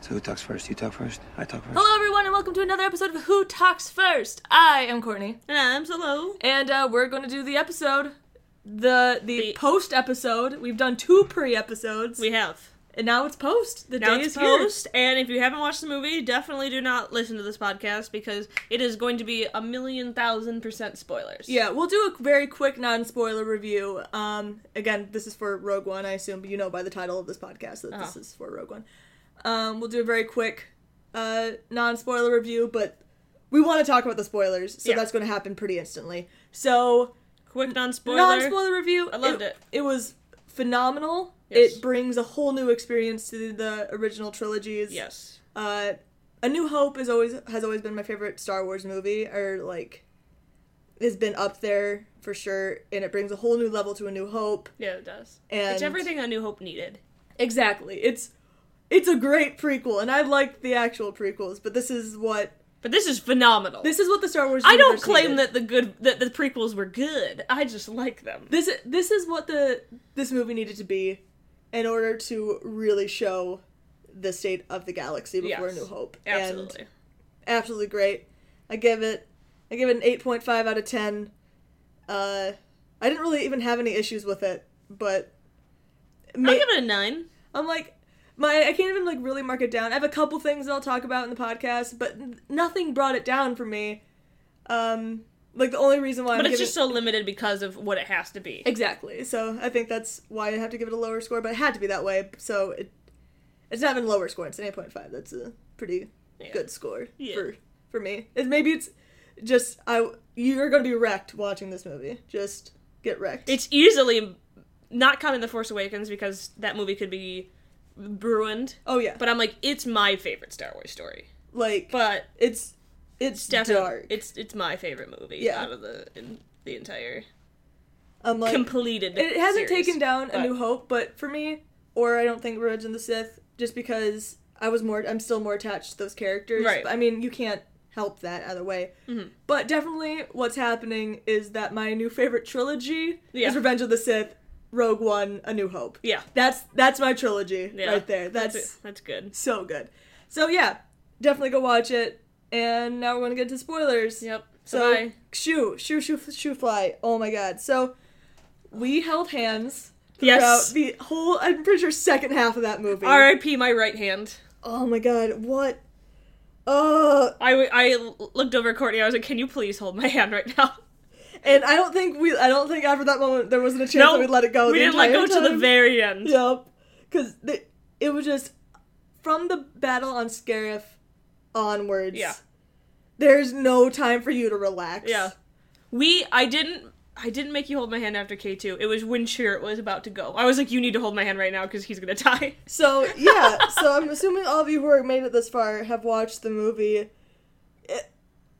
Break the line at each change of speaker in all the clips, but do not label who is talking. So who talks first? You talk first? I talk first?
Hello, everyone, and welcome to another episode of Who Talks First. I am Courtney,
And I'm Zalo.
and uh, we're going to do the episode, the the,
The-
post episode. We've done two pre episodes,
We have.
and now it's post. The
Now
day
it's
is here.
post, and if you haven't watched the movie, definitely do not listen to this podcast because it is going to be a million thousand percent spoilers.
Yeah, we'll do a very quick non spoiler review. Um, again, this is for Rogue One. I assume you know by the title of this podcast that this
Uh-huh.
is for Rogue One. Um, we'll do a very quick uh, non spoiler review, but we want to talk about the spoilers, so
Yeah.
that's going to happen pretty instantly. So,
Quick non spoiler.
non spoiler review.
I loved it.
It was phenomenal.
Yes.
It brings a whole new experience to the original trilogies.
Yes.
Uh, a New Hope is always has always been my favorite Star Wars movie, or like has been up there for sure, and it brings a whole new level to A New Hope.
Yeah, it does.
And
it's everything A New Hope needed.
Exactly. It's it's a great prequel, and I liked the actual prequels, but this is what
But this is phenomenal.
this is what the Star Wars.
I don't
universe
claim
needed.
that the good that the prequels were good. I just like them.
this this is what the this movie needed to be in order to really show the state of the galaxy before
Yes.
A New Hope.
Absolutely.
And absolutely great. I give it I give it an eight point five out of ten. Uh, I didn't really even have any issues with it, but ma-
I'll give it a nine.
I'm like my I can't even like really mark it down. I have a couple things that I'll talk about in the podcast, but n- nothing brought it down for me. Um, like the only reason why
But
I'm
it's
giving-
just so limited because of what it has to be.
Exactly. So I think that's why I have to give it a lower score, but it had to be that way. So it it's not even a lower score. It's an eight point five. That's a pretty
Yeah.
good score
Yeah.
for for me. It, maybe it's just I you're gonna be wrecked watching this movie. Just get wrecked.
It's easily not counting The Force Awakens because that movie could be ruined.
oh yeah,
But I'm like, it's my favorite Star Wars story.
like
But
it's it's
it's definitely
dark.
it's it's my favorite movie
Yeah.
out of the in, the entire
I'm like
completed.
it hasn't
series.
taken down
but-
A New Hope, but for me, or I don't think Revenge of the Sith, just because I was more, I'm still more attached to those characters.
Right. Mm-hmm.
I mean, you can't help that either way. But definitely, what's happening is that my new favorite trilogy
Yeah.
is Revenge of the Sith, Rogue One, A New Hope.
Yeah,
That's that's my trilogy
yeah,
right there. That's,
that's good.
so good. So yeah, definitely go watch it. And now we're gonna get to spoilers.
Yep.
So
So
shoo, shoo, shoo, shoo, fly. Oh my god. So we held hands throughout
yes,
the whole. I'm pretty sure second half of that movie.
R.I.P. My right hand.
Oh my god. What? Uh,
I, w- I l- looked over at Courtney. I was like, "Can you please hold my hand right now?"
and I don't think we. I don't think after that moment there wasn't a chance that we'd let it go.
We
the
didn't let go
entire
to the
time.
very end.
Yep. Because it was just from the battle on Scarif onwards.
Yeah.
There's no time for you to relax.
Yeah. We I didn't I didn't make you hold my hand after K2. It was when Chirrut was about to go. I was like, you need to hold my hand right now because he's gonna die.
So yeah, so I'm assuming all of you who are made it this far have watched the movie. E-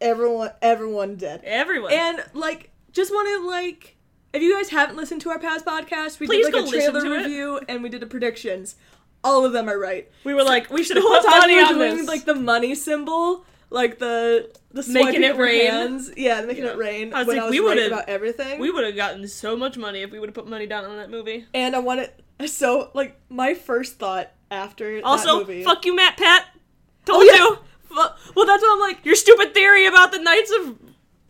Everyone, everyone did,
Everyone.
and like, just want to like, if you guys haven't listened to our past podcast, we
Please
did
go
like a
listen
trailer
to it.
review and we did a predictions. All of them are right.
we were like, we should
The whole
put
time we
money
were
on
doing
this.
like the money symbol, like the the
Making
swiping
it
of our
rain.
hands. yeah, making
Yeah.
it rain.
I was
when
like,
I was
we
right
would've-
about everything.
we would have gotten so much money if we would have put money down on that movie.
and I wanted so like my first thought after that
Also,
movie.
fuck you, Matt Pat. Told
yeah.
you.
Fu- well, that's what I'm like.
Your stupid theory about the Knights of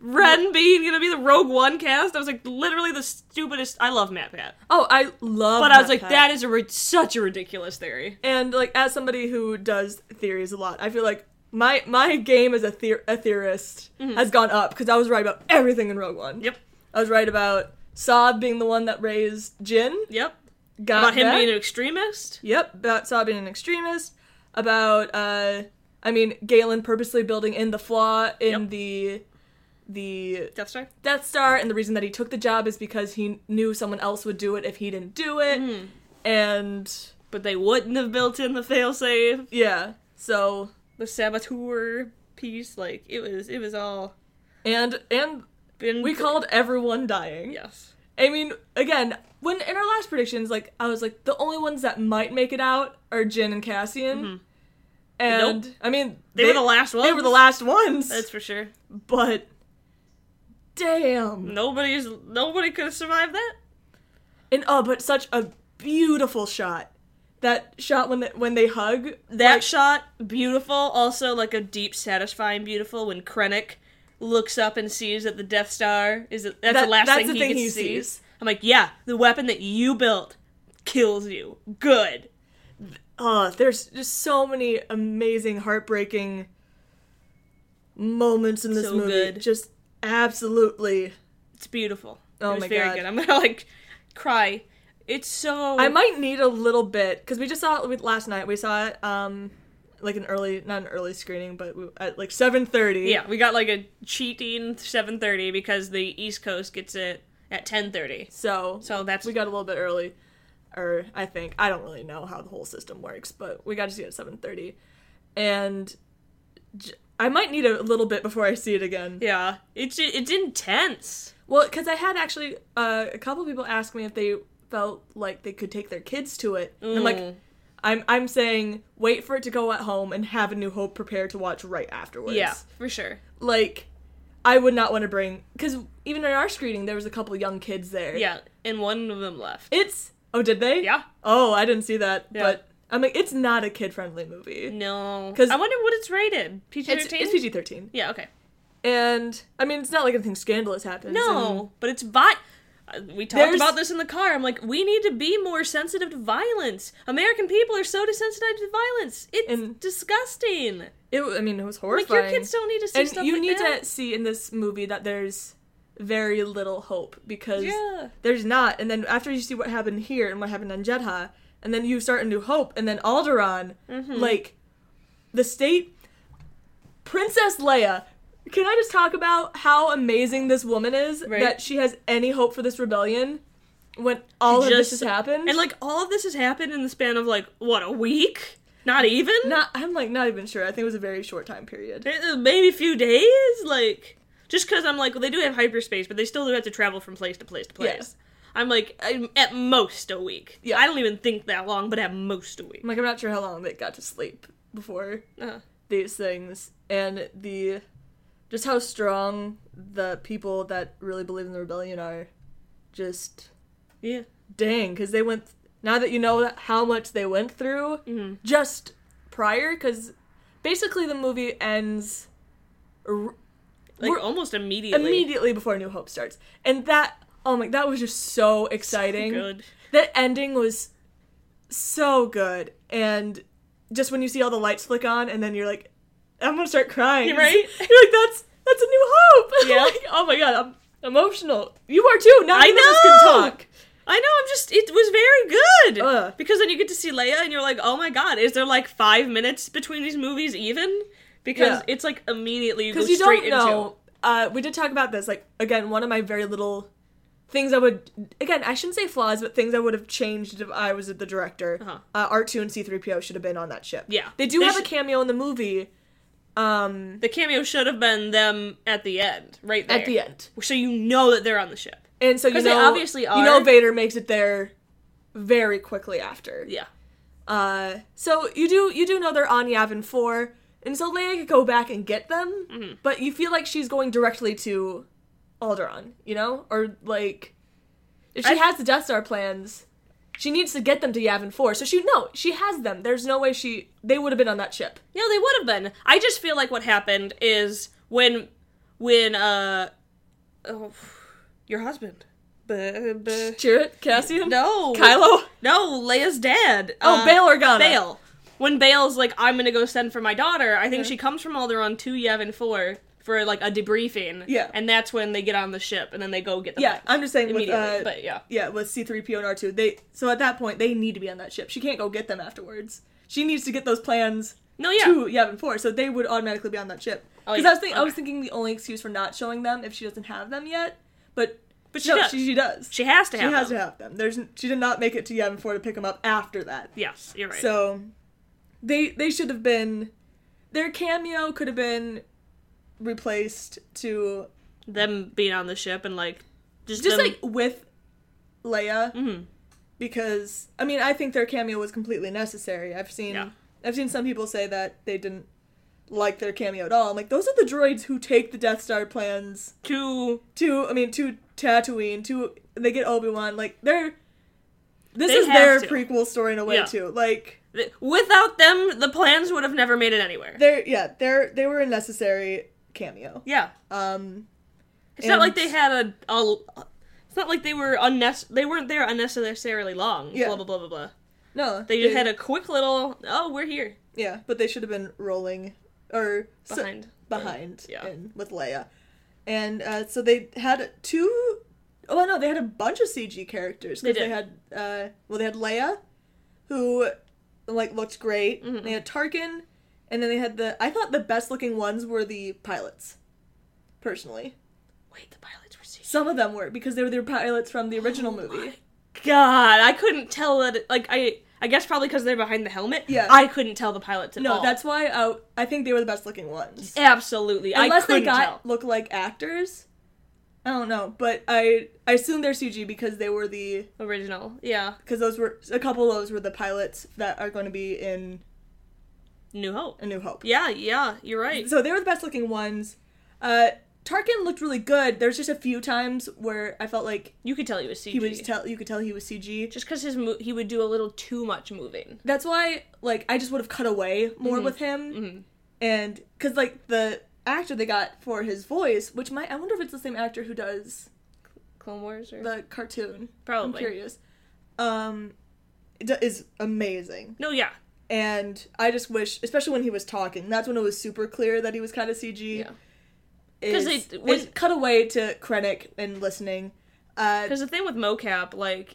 Ren being gonna be the Rogue One cast. I was like, literally the stupidest. I love Matt Pat,
Oh, I love.
but I was like,
that.
that is a ri- such a ridiculous theory.
And like, as somebody who does theories a lot, I feel like my my game as a, theor- a theorist has gone up because I was right about everything in Rogue One.
Mm-hmm. Yep.
I was right about Saab being the one that raised Jin.
Yep.
Got
About him
that.
being an extremist.
Yep, about Saab being an extremist. About uh, I mean, Galen purposely building in the flaw in
Yep.
the the
Death Star.
Death Star, and the reason that he took the job is because he knew someone else would do it if he didn't do it.
Mm-hmm.
And
but they wouldn't have built in the failsafe,
yeah, so
the saboteur piece. Like it was, it was all
and and
been.
we called everyone dying.
yes,
I mean, again, when in our last predictions, like I was like the only ones that might make it out are Jin and Cassian. And I mean,
Mm-hmm. they, were the last ones.
They were the last ones.
That's for sure.
but damn.
Nobody's nobody could have survived that.
And oh, but such a beautiful shot. That shot when they, when they hug.
That
like,
shot, beautiful. Also, like a deep, satisfying, beautiful. When Krennic looks up and sees that the Death Star is that's the
That-
last
that's
thing,
the
he,
thing
gets-
he
sees.
sees.
I'm like, yeah, the weapon that you built kills you. Good.
uh, there's just so many amazing, heartbreaking moments in this
So
movie.
good.
Just absolutely.
It's beautiful.
Oh
it was
my
very
God.
good. I'm gonna like cry. It's so.
I might need a little bit because we just saw it with- last night. We saw it um like an early, not an early screening, but we, at like seven thirty.
Yeah, we got like a cheating 7:30 because the East Coast gets it at 10:30.
So
So that's
we got a little bit early, or I think I don't really know how the whole system works, but we got to see it at seven thirty, and j- I might need a little bit before I see it again.
yeah. It's it's intense.
Well, because I had actually uh, a couple people ask me if they felt like they could take their kids to it. And I'm like,
Mm.
I'm I'm saying wait for it to go at home and have a New Hope prepared to watch right afterwards.
Yeah, for sure.
like I would not want to bring because even in our screening there was a couple young kids there.
Yeah, and one of them left.
it's oh did they?
Yeah.
Oh, I didn't see that.
Yeah. Mm.
But I'm like, it's not a kid friendly movie.
No.
'Cause-
I wonder what it's rated. PG-13?
It's, it's PG thirteen,
Yeah, okay.
and I mean it's not like anything scandalous happens.
No,
and-
but it's vi- uh, we talked
um, There's-
about this in the car. I'm like, we need to be more sensitive to violence. American people are so desensitized to violence. It's
And-
disgusting.
it wa- I mean it was
Like
horrifying.
your kids don't need to see
and
stuff
you
like
need
that.
to see in this movie that there's very little hope because
Yeah.
there's not. And then after you see what happened here and what happened on Jedha, and then you start a new hope, and then Alderaan,
Mm-hmm.
like the state, Princess Leia. Can I just talk about how amazing this woman is
Right.
that she has any hope for this rebellion when all of this
Just-
has happened?
And like all of this has happened in the span of like what a week? Not even?
not, I'm like not even sure. I think it was a very short time period.
Eh, Maybe a few days? Like just because I'm like, well, they do have hyperspace, but they still do have to travel from place to place to place.
Yes.
I'm like I'm at most a week.
Yeah.
I don't even think that long, but at most a week.
I'm like I'm not sure how long they got to sleep before
Uh,
these things and the just how strong the people that really believe in the rebellion are just
yeah.
dang because they went now that you know how much they went through just prior because basically the movie ends r-
Like
We're-
almost immediately.
immediately before new hope starts and that oh my that was just so exciting
Good.
that ending was so good and just when you see all the lights flick on and then you're like i'm gonna start crying
You're right.
you're like that's that's a new hope
Yeah.
like, oh my god i'm emotional you are too now
I
none of us can
know!
talk
I know, I'm just, it was very good!
Ugh.
Because then you get to see Leia and you're like, oh my god, is there like five minutes between these movies even? Because
Yeah.
it's like immediately you go
because you
straight
don't know
into.
uh, we did talk about this like again one of my very little things i would again i shouldn't say flaws but things i would have changed if i was the director
Uh-huh.
uh, r2 and c3po should have been on that ship
Yeah.
they do
They
have a
should-
cameo in the movie um
The cameo should have been them at the end, right there.
at the end
So you know that they're on the ship.
and so you know
'Cause they obviously
you know
are.
vader makes it there very quickly after
Yeah.
Uh, so you do you do know they're on Yavin Four, and so Leia could go back and get them,
Mm-hmm.
but you feel like she's going directly to Alderaan, you know, or like if she
I-
has the Death Star plans, she needs to get them to Yavin Four. So she no, she has them. There's no way she they would have been on that ship.
Yeah, they would have been. I just feel like what happened is when, when, uh, oh, your husband. Buh, buh.
Chirrut, Cassian,
No.
Kylo.
No, Leia's dad. Uh,
Oh, Bail Organa.
Bail. When Bail's like, I'm gonna go send for my daughter, I think she comes from Alderaan to Yavin 4 for like a debriefing.
Yeah.
And that's when they get on the ship and then they go get them
Yeah,
back
I'm just saying with
immediately.
uh,
but yeah.
yeah with C3PO and R2. They so at that point they need to be on that ship. She can't go get them afterwards. She needs to get those plans
No, yeah.
to Yavin Four, so they would automatically be on that ship. Because
Oh, yeah.
I was thinking, I was
Okay.
thinking the only excuse for not showing them if she doesn't have them yet, but
But she
no,
does.
She, she does.
She has to
She
have
has
them.
to have them. There's n- she did not make it to Yavin Four to pick them up after that.
Yes, you're right.
So they they should have been their cameo could have been replaced to
them being on the ship and like just,
just
them-
like with Leia
Mhm.
because I mean I think their cameo was completely necessary. I've seen
Yeah.
I've seen some people say that they didn't like their cameo at all. I'm like those are the droids who take the Death Star plans
to
to I mean to Tatooine to they get Obi Wan like they're This
They
is
have
their
to.
prequel story in a way
Yeah.
too. Like
Th- Without them, the plans would have never made it anywhere.
they're yeah, they're they were a necessary cameo.
Yeah.
Um
It's not like
And-
they had a. a it's not like they were unnecess- They weren't there unnecessarily long.
Yeah.
Blah blah blah blah blah.
no.
They just had a quick little. Oh, we're here
Yeah, but they should have been rolling or so-
behind.
behind
Mm, Yeah.
in, with Leia. And uh, so they had two oh no, they had a bunch of CG characters. 'cause
They did.
had uh, well they had Leia, who like looked great.
Mm-hmm.
They had Tarkin, and then they had the I thought the best looking ones were the pilots, personally.
Wait, the pilots were CG.
Some of them were because they were the pilots from the
Oh
original movie.
God, I couldn't tell that. Like I, I guess probably because they're behind the helmet.
Yeah.
I couldn't tell the pilots at
No,
all.
that's why I, I think they were the best looking ones.
absolutely. I
Unless they
couldn't
got
tell.
look like actors. I don't know, but I I assume they're CG because they were the
original. Yeah,
because those were a couple of those were the pilots that are going to be in
New Hope.
A New Hope.
Yeah, yeah, you're right.
So they were the best looking ones. Uh, Tarkin looked really good. There's just a few times where I felt like
You could tell he was CG.
he was tell you could tell he was CG.
just because his mo- he would do a little too much moving.
that's why like I just would have cut away more
Mm-hmm.
with him, and because like the actor they got for his voice, which might I wonder if it's the same actor who does
Clone Wars or
the cartoon.
Probably.
I'm curious. Um, it d- is amazing,
no, yeah,
and I just wish, especially when he was talking, that's when it was super clear that he was kind of CG.
Yeah. 'Cause
Because
they- when-
cut away to Krennic and listening. Uh,
Because the thing with mocap, like,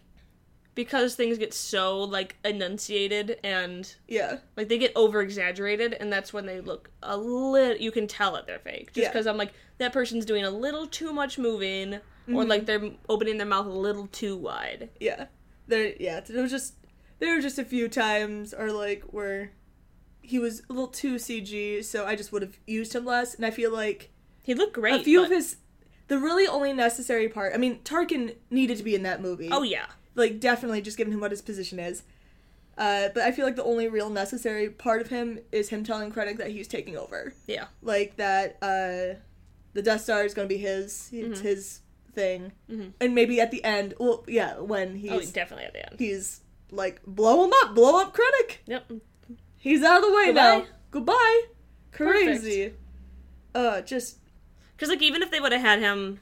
because things get so like enunciated and
yeah,
like they get over exaggerated, and that's when they look a little. You can tell that they're fake, just
Yeah.
because I'm like that person's doing a little too much moving,
Mm-hmm.
or like they're opening their mouth a little too wide.
yeah, there, yeah. There was just there were just a few times, or like where he was a little too CG, so I just would have used him less. And I feel like
He looked great.
a few of
but-
his, the really only necessary part. I mean, Tarkin needed to be in that movie.
Oh yeah,
like definitely just given him what his position is. Uh, but I feel like the only real necessary part of him is him telling Krennic that he's taking over,
yeah,
like that uh, the Death Star is going to be his, it's his thing, and maybe at the end, well, yeah, when he's
oh definitely at the end.
he's like blow him up, blow up Krennic,
Yep.
he's out of the way now,
Goodbye.
goodbye, crazy, uh, just
Because like even if they would have had him,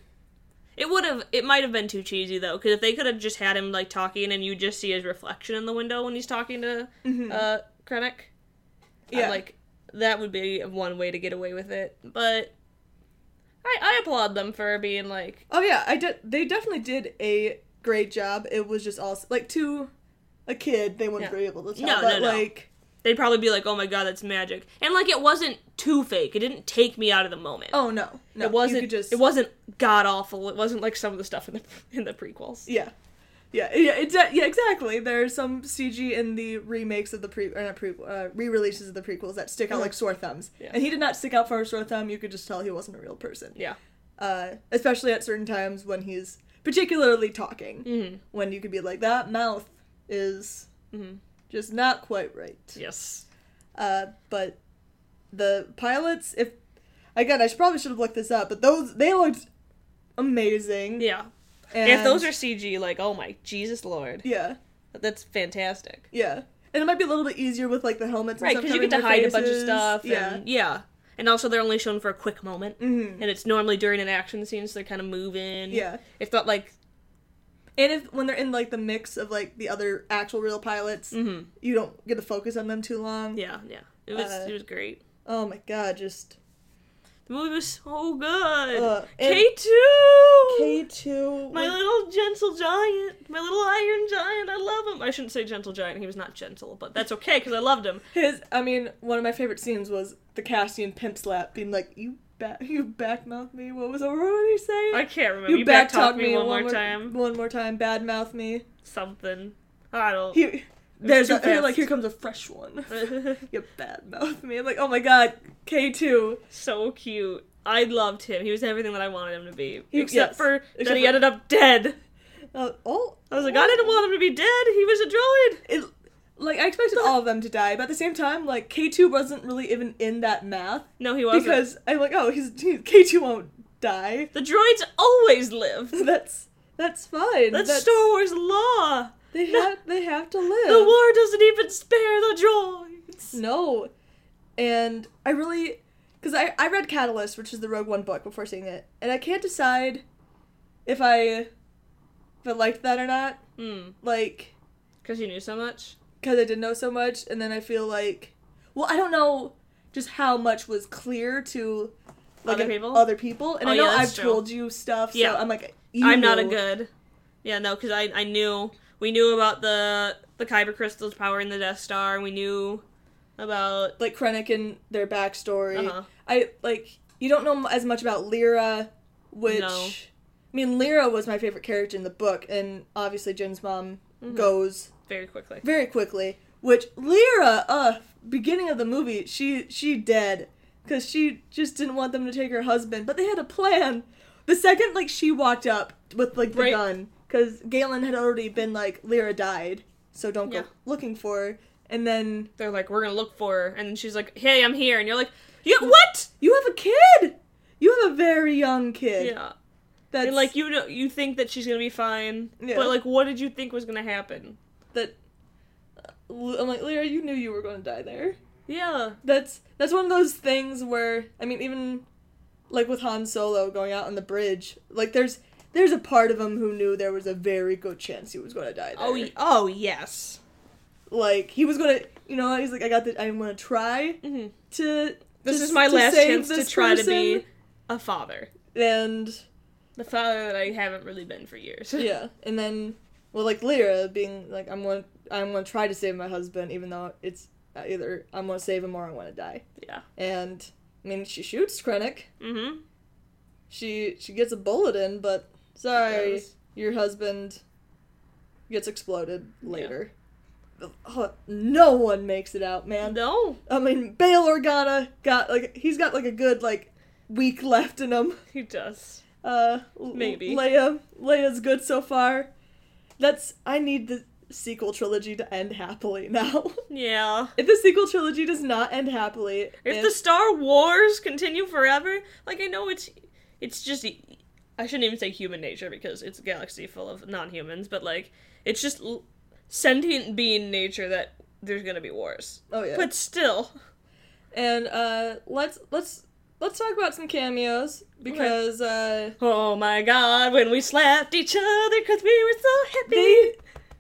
it would have it might have been too cheesy though. Because if they could have just had him like talking and you just see his reflection in the window when he's talking to uh Krennic, yeah,
Mm-hmm. Yeah.
like that would be one way to get away with it. But I I applaud them for being like
Oh yeah, I did. They definitely did a great job. It was just also like to a kid, they wouldn't
Yeah.
be able to tell.
No, no,
but
no.
like
they'd probably be like oh my god that's magic and like it wasn't too fake. It didn't take me out of the moment.
oh no, no,
it wasn't
just
it wasn't god awful. It wasn't like some of the stuff in the in the prequels.
yeah, yeah, yeah, it's, yeah. Exactly. There's some CG in the remakes of the pre or not pre uh, re-releases of the prequels that stick out like sore thumbs,
Yeah.
and he did not stick out for a sore thumb. You could just tell he wasn't a real person.
Yeah.
Uh, especially at certain times when he's particularly talking,
Mm-hmm.
when you could be like that mouth is just not quite right.
Yes.
Uh, but the pilots, if again, I should, probably should have looked this up, but those they looked amazing.
Yeah.
and,
If those are CG, like, oh my Jesus Lord,
yeah,
that's fantastic.
yeah, and it might be a little bit easier with like the helmets, and
Right,
stuff
because you get to
covering
hide
their
a bunch of
faces.
stuff.
Yeah,
And, yeah. And also, they're only shown for a quick moment, mm-hmm. and it's normally during an action scene, so they're kind of moving.
Yeah.
It's not like
and if when they're in like the mix of like the other actual real pilots, you don't get to focus on them too long.
Mm-hmm. yeah, yeah. It was
Uh,
it was great.
Oh my god, just
The movie was so good.
Uh, and-
K two.
K two.
My little gentle giant, my little iron giant, I love him. I shouldn't say gentle giant; he was not gentle, but that's okay because I loved him.
His, I mean, one of my favorite scenes was the Cassian pimp slap, being like, "You back, you backmouth me." What was I what were you saying?
I can't remember.
you,
You, back
backtalk
backtalked me one, more time.
One more time, badmouth me.
Something. I don't.
Here, there's
too
a, they're
fast.
like here comes a fresh one. you badmouth me. I'm like, oh my god, K two.
so cute. I loved him. He was everything that I wanted him to be.
He-
except
yes.
for
Except
that he
for-
ended up dead.
Uh, oh,
I was like, I didn't want him to be dead. He was a droid.
It, like I expected all of them to die, but at the same time, like K two wasn't really even in that math
No, he wasn't.
because I'm like, oh, he's K two won't die.
the droids always live.
That's that's fine.
That's, Star Wars law.
They have they have to live.
The war doesn't even spare the droids.
No. And I really because I, I read Catalyst, which is the Rogue One book before seeing it, and I can't decide if I if I liked that or not.
Hmm.
Like
Because you knew so much.
because I didn't know so much, and then I feel like well, I don't know just how much was clear to like
Other
if-
people?
Other people, and
Oh,
I know
yeah, that's
I've
true.
told you stuff.
Yeah.
so I'm like you
I'm not a
knew.
good. Yeah, no, because I, I knew we knew about the the kyber crystals power in the Death Star. and We knew about
like Krennic and their backstory.
Uh-huh.
I like you don't know m- as much about Lyra, which
No.
I mean Lyra was my favorite character in the book, and obviously Jin's mom
Mm-hmm.
goes
very quickly.
very quickly. Which Lyra, uh, beginning of the movie, she she dead because she just didn't want them to take her husband, but they had a plan. The second like she walked up with like the
Right.
gun, because Galen had already been like Lyra died, so don't
Yeah.
go looking for her. And then
They're like, we're gonna look for her, and then she's like, hey, I'm here, and you're like, yeah, what?
You have a kid. You have a very young kid.
Yeah,
That's
and like you know, you think that she's gonna be fine,
Yeah.
but like, what did you think was gonna happen?
that. I'm like Lyra. You knew you were going to die there.
Yeah,
That's that's one of those things where I mean, even like with Han Solo going out on the bridge, like there's there's a part of him who knew there was a very good chance he was going to die. There.
Oh, y- oh yes.
like he was going to, you know, he's like, I got the, I'm going to try
Mhm.
to.
This
to-
is my
to
last
save
chance to
this
try to be
person."
a father,
And
the father that I haven't really been for years.
yeah, and then well, like Lyra being like, I'm gonna, I'm gonna try to save my husband, even though it's uh, either I'm gonna save him or I want to die.
yeah.
And I mean, she shoots Krennic.
Mm-hmm.
She she gets a bullet in, but sorry,
does.
your husband gets exploded later. Oh, no one makes it out, man.
No,
I mean, Bail Organa got like he's got like a good like week left in him.
he does.
Uh, L-
Maybe.
Leia. Leia's good so far. That's I need the sequel trilogy to end happily now.
Yeah.
if the sequel trilogy does not end happily,
If
and-
the Star Wars continue forever, like I know it's, it's just, I shouldn't even say human nature because it's a galaxy full of non-humans, but like it's just l- sentient being nature that there's gonna be wars.
oh yeah,
But still,
and uh, let's let's let's talk about some cameos because uh,
oh my God, when we slapped each other because we were so happy.
they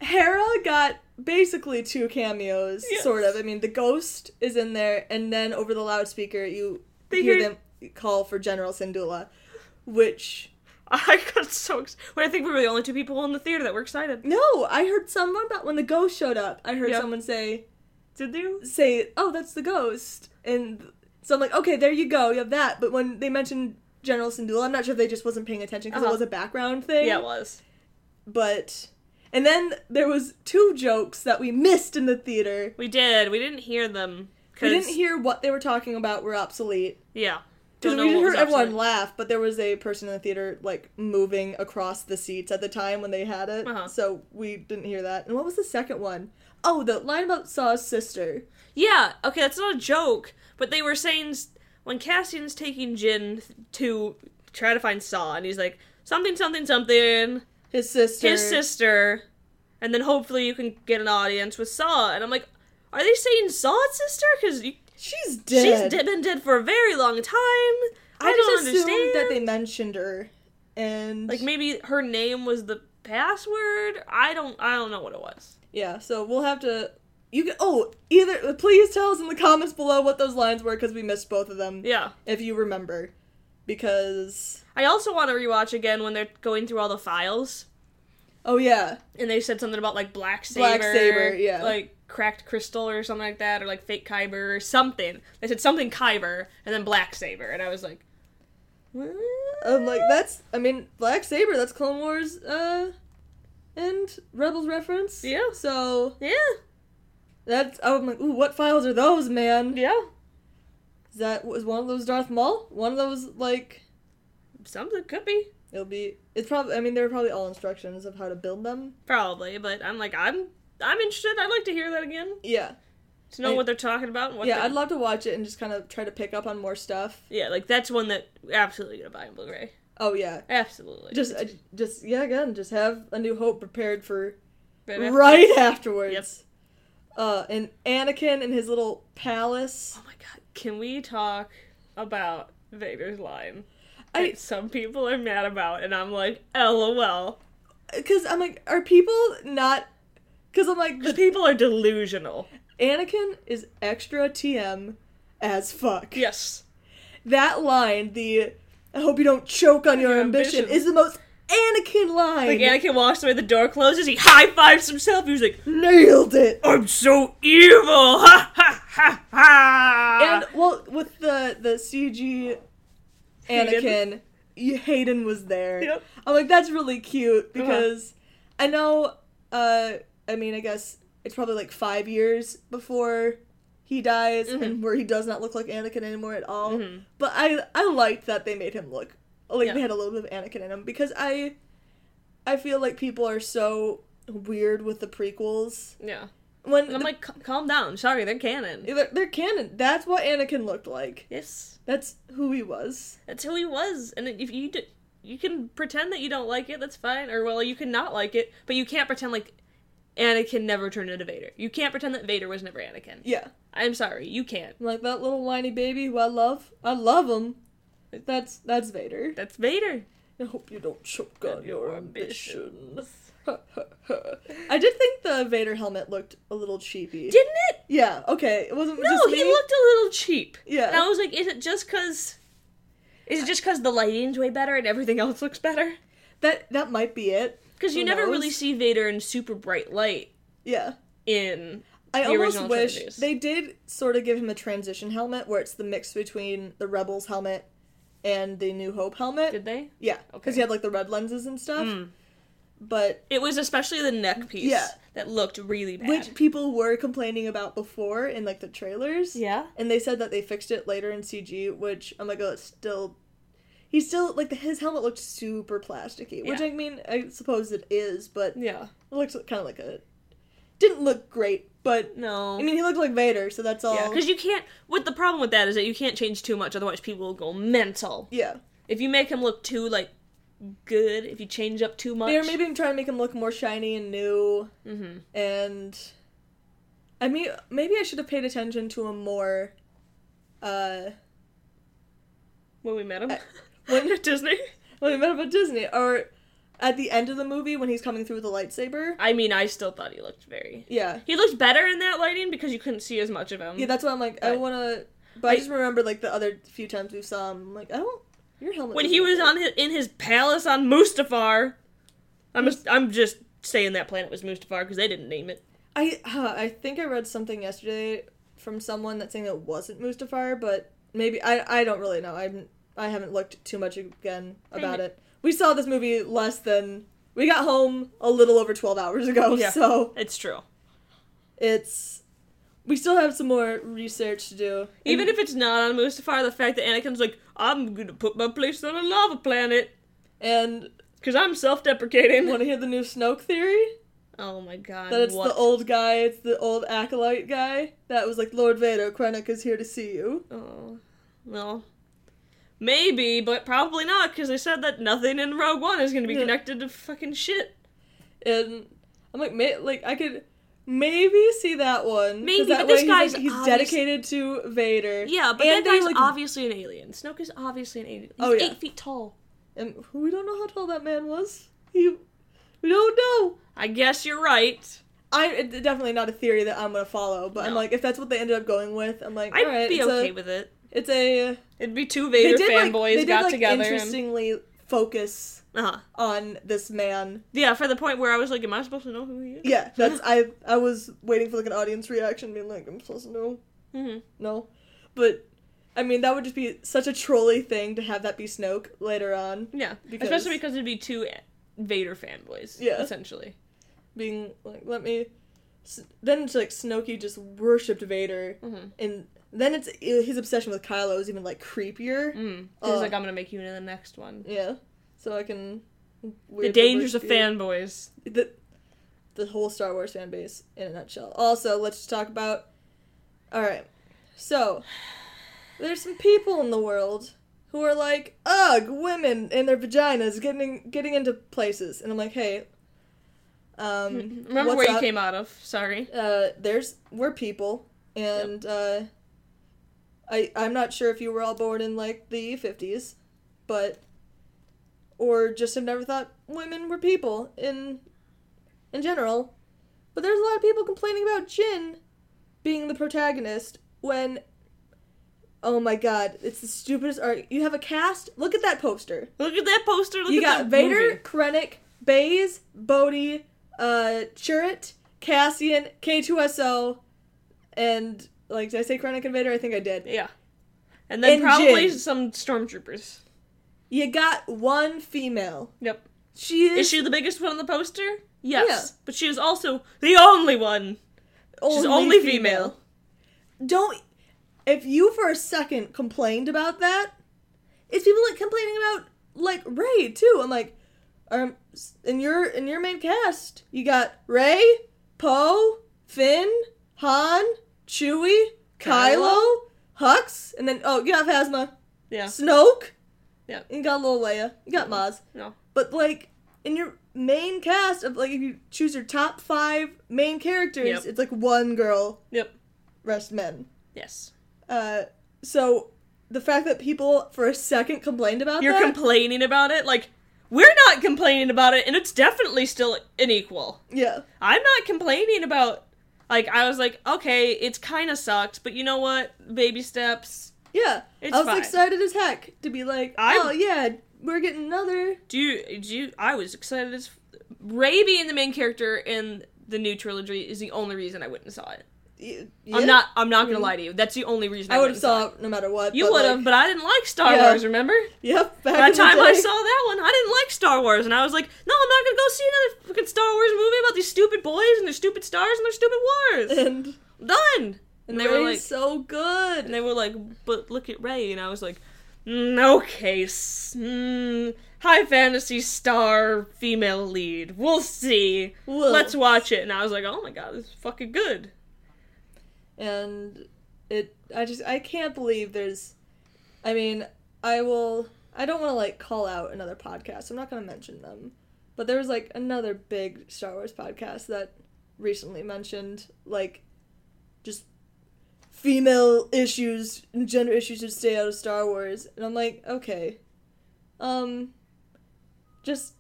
Hera got basically two cameos,
Yes.
sort of. I mean, the ghost is in there, and then over the loudspeaker, you
They
hear
hear-
them call for General Syndulla, which
I got so excited. Well, I think we were the only two people in the theater that were excited.
No, I heard someone about when the ghost showed up. I heard
Yeah.
someone say
Did you?
say, "Oh, that's the ghost," and so I'm like, "Okay, there you go, you have that." But when they mentioned General Syndulla, I'm not sure if they just wasn't paying attention because
Uh-huh.
it was a background thing.
Yeah, it was.
but and then there was two jokes that we missed in the theater.
We did. We didn't hear them.
We
'cause-
didn't hear what they were talking about. Were obsolete.
Yeah.
Because
Don't know
we
what
heard
was up to
everyone
it.
laugh, but there was a person in the theater like moving across the seats at the time when they had it,
Uh-huh.
so we didn't hear that. And what was the second one? Oh, the line about Saw's sister.
Yeah, okay, that's not a joke, but they were saying s- when Cassian's taking Jin to try to find Saw, and he's like, something, something, something,
His sister.
his sister, and then hopefully you can get an audience with Saw. And I'm like, are they saying Saw's sister? Because
She's
she's
dead.
de- been dead for a very long time. I,
I,
don't
just assumed
understand.
that they mentioned her, and
Like, maybe her name was the password? I don't, I don't know what it was.
yeah. So we'll have to. You can, oh either please tell us in the comments below what those lines were because we missed both of them
Yeah.
if you remember, because
I also want to rewatch again when they're going through all the files.
oh yeah
and they said something about like black saber,
Black Saber, yeah.
like cracked crystal or something like that, or like fake kyber or something. They said something kyber and then black saber, and I was like, "Uh,
I'm like, that's. I mean, Black Saber. That's Clone Wars. Uh, and Rebels reference.
Yeah.
So
yeah,
that's. I'm like, ooh, what files are those, man?
yeah,
Is that was one of those Darth Maul? One of those like
something could be
it'll be. It's probably. I mean, they're probably all instructions of how to build them.
probably, but I'm like, I'm I'm interested. I'd like to hear that again
Yeah.
to know
I-
what they're talking about. And what
yeah,
they-
I'd love to watch it and just kind of try to pick up on more stuff.
yeah, like that's one that we're absolutely gonna buy in Blu-ray.
Oh yeah.
Absolutely,
Just, I- just yeah. Again, just have a New Hope prepared for
Right. after-
right afterwards.
Yep.
Uh, and Anakin in his little palace.
Oh my god. Can we talk about Vader's line?
I-
that some people are mad about, and I'm like, lol.
Because I'm like, are people not? Because I'm like,
Because
the
people are delusional.
Anakin is extra TM as fuck.
Yes.
That line, the "I hope you don't choke on your,
Your
ambition,"
ambition.
is the most Anakin line.
Like Anakin walks away, the door closes, he high fives himself, he was like,
Nailed it.
I'm so evil! Ha ha ha ha!
and well, with the the CG Anakin,
Hayden.
y- Hayden was there.
Yep.
I'm like, that's really cute because I know. Uh, I mean, I guess it's probably like five years before he dies,
Mm-hmm.
and where he does not look like Anakin anymore at all. But I I liked that they made him look like
Yeah.
they had a little bit of Anakin in him because I I feel like people are so weird with the prequels
yeah.
when
And I'm
the-
like, "Cal- calm down. Sorry, they're canon.
they're, they're canon. That's what Anakin looked like.
Yes,
That's who he was.
that's who he was. And if you do, you can pretend that you don't like it, that's fine. Or well, you can not like it, but you can't pretend like Anakin never turned into Vader. You can't pretend that Vader was never Anakin.
Yeah. I'm
I'm sorry, you can't.
like that little whiny baby who I love. I love him. That's that's Vader.
That's Vader.
I hope you don't choke on your ambition.
ambitions.
I did think the Vader helmet looked a little cheapy.
Didn't it?
yeah. Okay. It wasn't.
No,
just
he
me.
looked a little cheap.
Yeah.
And I was like, is it just because. Is it just because the lighting's way better and everything else looks better?
That that might be it.
Because you
Who
never
knows?
really see Vader in super bright light
Yeah.
in.
I
The
almost
original
wish
trilogies.
they did sort of give him a transition helmet where it's the mix between the Rebels helmet and the New Hope helmet.
Did they?
yeah, because
Okay. Hmm.
he had like the red lenses and stuff. But
It was especially the neck piece
Yeah.
that looked really bad.
which people were complaining about before in like the trailers.
yeah.
and they said that they fixed it later in CG, which I'm like, oh, it's still. He still like his helmet looked super plasticky, which
Yeah.
I mean, I suppose it is, but it
Yeah.
looks kind of like a. Didn't look great, but
No.
I mean, he looked like Vader, so that's all.
yeah, because you can't. What the problem with that is that you can't change too much, otherwise people will go mental.
yeah.
If you make him look too like good, if you change up too much, Mm-hmm.
They were maybe trying to make him look more shiny and new, and I mean, maybe I should have paid attention to him more. Uh,
when we met him,
when
Disney.
when we met up at Disney, or at the end of the movie when he's coming through with the lightsaber.
I mean, I still thought he looked very.
Yeah,
He looked better in that lighting because you couldn't see as much of him.
Yeah, that's why I'm like, I
But-
want to. But I,
I-
just remember like the other few times we saw him, like I don't. Your helmet.
when
doesn't
he
look
was
good.
on his, in his palace on Mustafar, I'm just, I'm just saying that planet was Mustafar because they didn't name it.
I huh, I think I read something yesterday from someone that's saying it wasn't Mustafar, but maybe I I don't really know. I'm I haven't looked too much again about
Maybe.
it. We saw this movie less than we got home a little over twelve hours ago,
Yeah.
so
It's true.
it's we still have some more research to do.
Even
And-
if it's not on Mustafar, the fact that Anakin's like, I'm gonna put my place on a lava planet
and
because I'm self-deprecating.
want to hear the new Snoke theory.
Oh my god!
That it's
what?
the old guy, it's the old acolyte guy that was like, Lord Vader, Krennic is here to see you.
Oh, well, maybe, but probably not because they said that nothing in Rogue One is gonna be
Yeah.
connected to fucking shit.
And I'm like, may- like I could maybe see that one. 'cause
Maybe,
that
but this
way he's, like,
guy's
he's,
obvious-
dedicated to Vader.
Yeah, but
and
that guy's
they, like,
obviously an alien. Snoke is obviously an alien. He's
Oh, yeah.
eight feet tall.
and we don't know how tall that man was. He, we don't know.
I guess you're right.
I it's definitely not a theory that I'm gonna follow, but I'm
No.
like, if that's what they ended up going with, I'm like,
I'd
all right,
be
it's
okay
a,
with it.
it's a.
It'd be two
They
Vader
did like
fanboys
they did
got
like
together. And,
interestingly focus
uh-huh.
on this man
Yeah, for the point where I was like, am I supposed to know who he is?
Yeah, that's I. I was waiting for like an audience reaction, being like, "I'm supposed to know,
hmm
no," but I mean that would just be such a trolly thing to have that be Snoke later on,
Yeah,
Because-
especially because it'd be two Vader fanboys.
Yeah.
essentially.
being like, "Let me." S- Then it's like Snokey just worshipped Vader,
Mhm.
and then it's his obsession with Kylo is even like creepier.
Mm.
Uh,
He's like, I'm gonna make you into the next one.
Yeah, so I can. mm,
The
weird
dangers of
reverse
fanboys.
view- The, the whole Star Wars fan base in a nutshell. Also, let's just talk about. All right, so there's some people in the world who are like, ugh, women and their vaginas getting getting into places, and I'm like, hey, Um,
Remember
what's
where you
up?
came out of. Sorry.
Uh, there's we're people, and uh, I I'm not sure if you were all born in like the fifties, but or just have never thought women were people in in general. But there's a lot of people complaining about Jin being the protagonist when. Oh my god, it's the stupidest art. You have a cast? Look at that poster.
Look at that poster. Look
you
at
got
that
Vader,
movie.
Krennic, Baze, Bodhi, uh, Chirrut, Cassian, K2SO, and like did I say Krennic and Vader? I think I did.
Yeah. And then
And
probably
Jin.
some stormtroopers.
You got one female.
Yep.
She is,
Is she the biggest one on the poster? Yes.
Yeah.
But she is also the only one.
only,
She's only female.
Don't if you for a second complained about that, it's people like complaining about like Ray too. I'm like, um, s- in your in your main cast, you got Ray, Poe, Finn, Han, Chewie, Kylo, Hux, and then oh, you got Phasma,
Yeah.
Snoke.
Yeah.
and you got Lil Leia. You got Maz.
No.
But like in your main cast of like if you choose your top five main characters,
Yep.
it's like one girl,
Yep.
rest men.
Yes.
Uh, so the fact that people for a second complained about
You're
that,
complaining about it? Like, we're not complaining about it, and it's definitely still unequal.
yeah,
I'm not complaining about. Like, I was like, okay, it's kind of sucked, but you know what? Baby steps.
yeah.
It's
I was
fine.
excited as heck to be like,
I'm-
oh yeah, we're getting another.
Do you, do you, I was excited as. Ray being the main character in the new trilogy is the only reason I went and saw it.
y- yeah.
I'm not. I'm not gonna lie to you. That's the only reason Mm-hmm. I,
I would
went
have
and saw
saw it no matter what.
You would have,
like,
but I didn't like Star
Yeah.
Wars. Remember?
Yep. Back
By
in
the time
day.
I saw that one, I didn't like Star Wars, and I was like, "No, I'm not gonna go see another fucking Star Wars movie about these stupid boys and their stupid stars and their stupid wars."
and,
I'm Done. And they were like,
so good.
and they were like, "But look at Ray," and I was like, "Mm, "Okay, s- mm, high fantasy star female lead. We'll see.
Well.
Let's watch it." And I was like, "Oh my god, this is fucking good."
and it i just i can't believe there's i mean i will i don't want to like call out another podcast i'm not going to mention them but there was like another big star wars podcast that recently mentioned like just female issues and gender issues should stay out of star wars and i'm like okay um just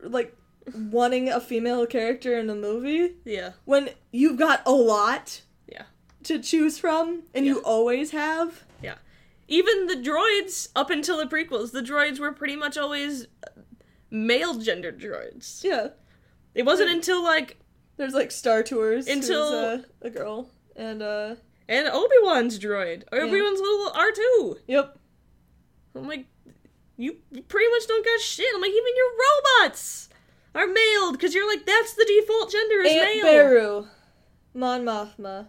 like wanting a female character in a movie
Yeah.
when you've got a lot
Yeah.
to choose from and you
Yeah.
always have
Yeah. Even the droids, up until the prequels, the droids were pretty much always male gendered droids.
yeah
It wasn't until, like,
there's like star tours
Until-
until uh, a girl and uh
and Obi Wan's droid, or Obi Wan's little R2.
yep
I'm like, you you pretty much don't got shit. I'm like, even your robots are mailed, because you're like, that's the default gender is
Aunt
male.
Beru Mon Mothma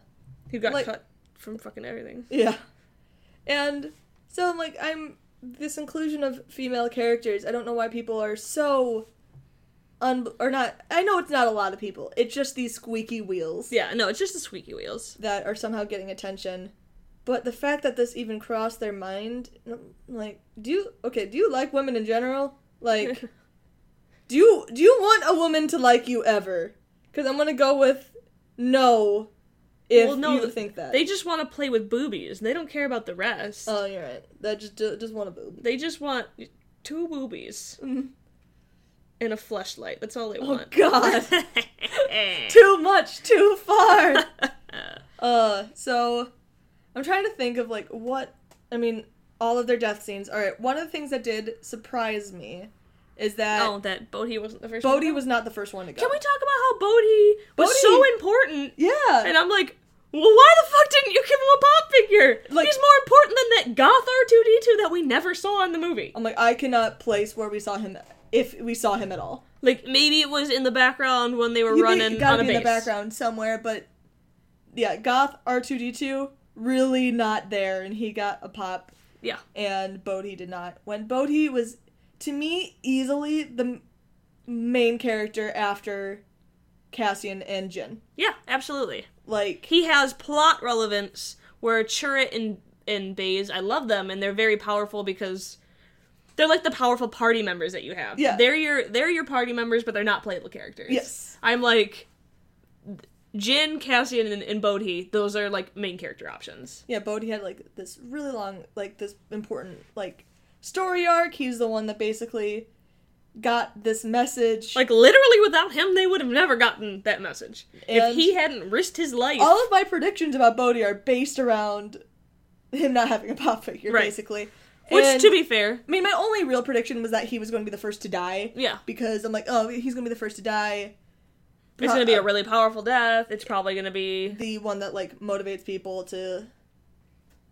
Who got
Like-
cut from fucking everything.
yeah and so I'm like I'm this inclusion of female characters I don't know why people are so un or not I know it's not a lot of people it's just these squeaky wheels
Yeah, no, it's just the squeaky wheels.
that are somehow getting attention. But the fact that this even crossed their mind, n- like, do you okay? Do you like women in general? Like, do you do you want a woman to like you ever? Because I'm gonna go with no, if
Well, no,
you think that.
They just want to play with boobies. They don't care about the rest.
oh, you're right. That just just want a boob.
They just want two boobies
Mm.
and a fleshlight. That's all they
Oh
want.
God, too much, too far. Uh, so I'm trying to think of like what I mean. All of their death scenes. All right, one of the things that did surprise me is that
oh, that Bodhi wasn't the first. one.
Bodhi was not the first one to go.
Can we talk about how Bodhi was
Bodhi-
so important?
Yeah.
And I'm like, well, why the fuck didn't you give him a pop figure?
Like-
He's more important than that goth R2D2 that we never saw in the movie.
I'm like, I cannot place where we saw him, if we saw him at all.
Like maybe it was in the background when they were
You think
running
it
on
gotta
a
be
base.
in the background somewhere, but yeah, Goth R2D2 really not there, and he got a pop,
Yeah.
and Bodhi did not. When Bodhi was, to me, easily the m- main character after Cassian and Jin.
Yeah, absolutely.
Like,
he has plot relevance where Chirrut and and Baze, I love them and they're very powerful because They're like the powerful party members that you have.
Yeah.
They're your they're your party members, but they're not playable characters.
Yes.
I'm like Jin, Cassian, and, and Bodhi, those are like main character options.
Yeah, Bodhi had like this really long, like this important like story arc. He's the one that basically got this message.
Like literally without him they would have never gotten that message. if
And-
he hadn't risked his life.
all of my predictions about Bodhi are based around him not having a pop figure,
Right.
basically.
which
And-
to be fair,
I mean, my only real prediction was that he was going to be the first to die.
yeah.
Because I'm like, oh, he's going to be the first to die.
It's gonna be
uh,
a really powerful death. It's probably gonna be
the one that like motivates people to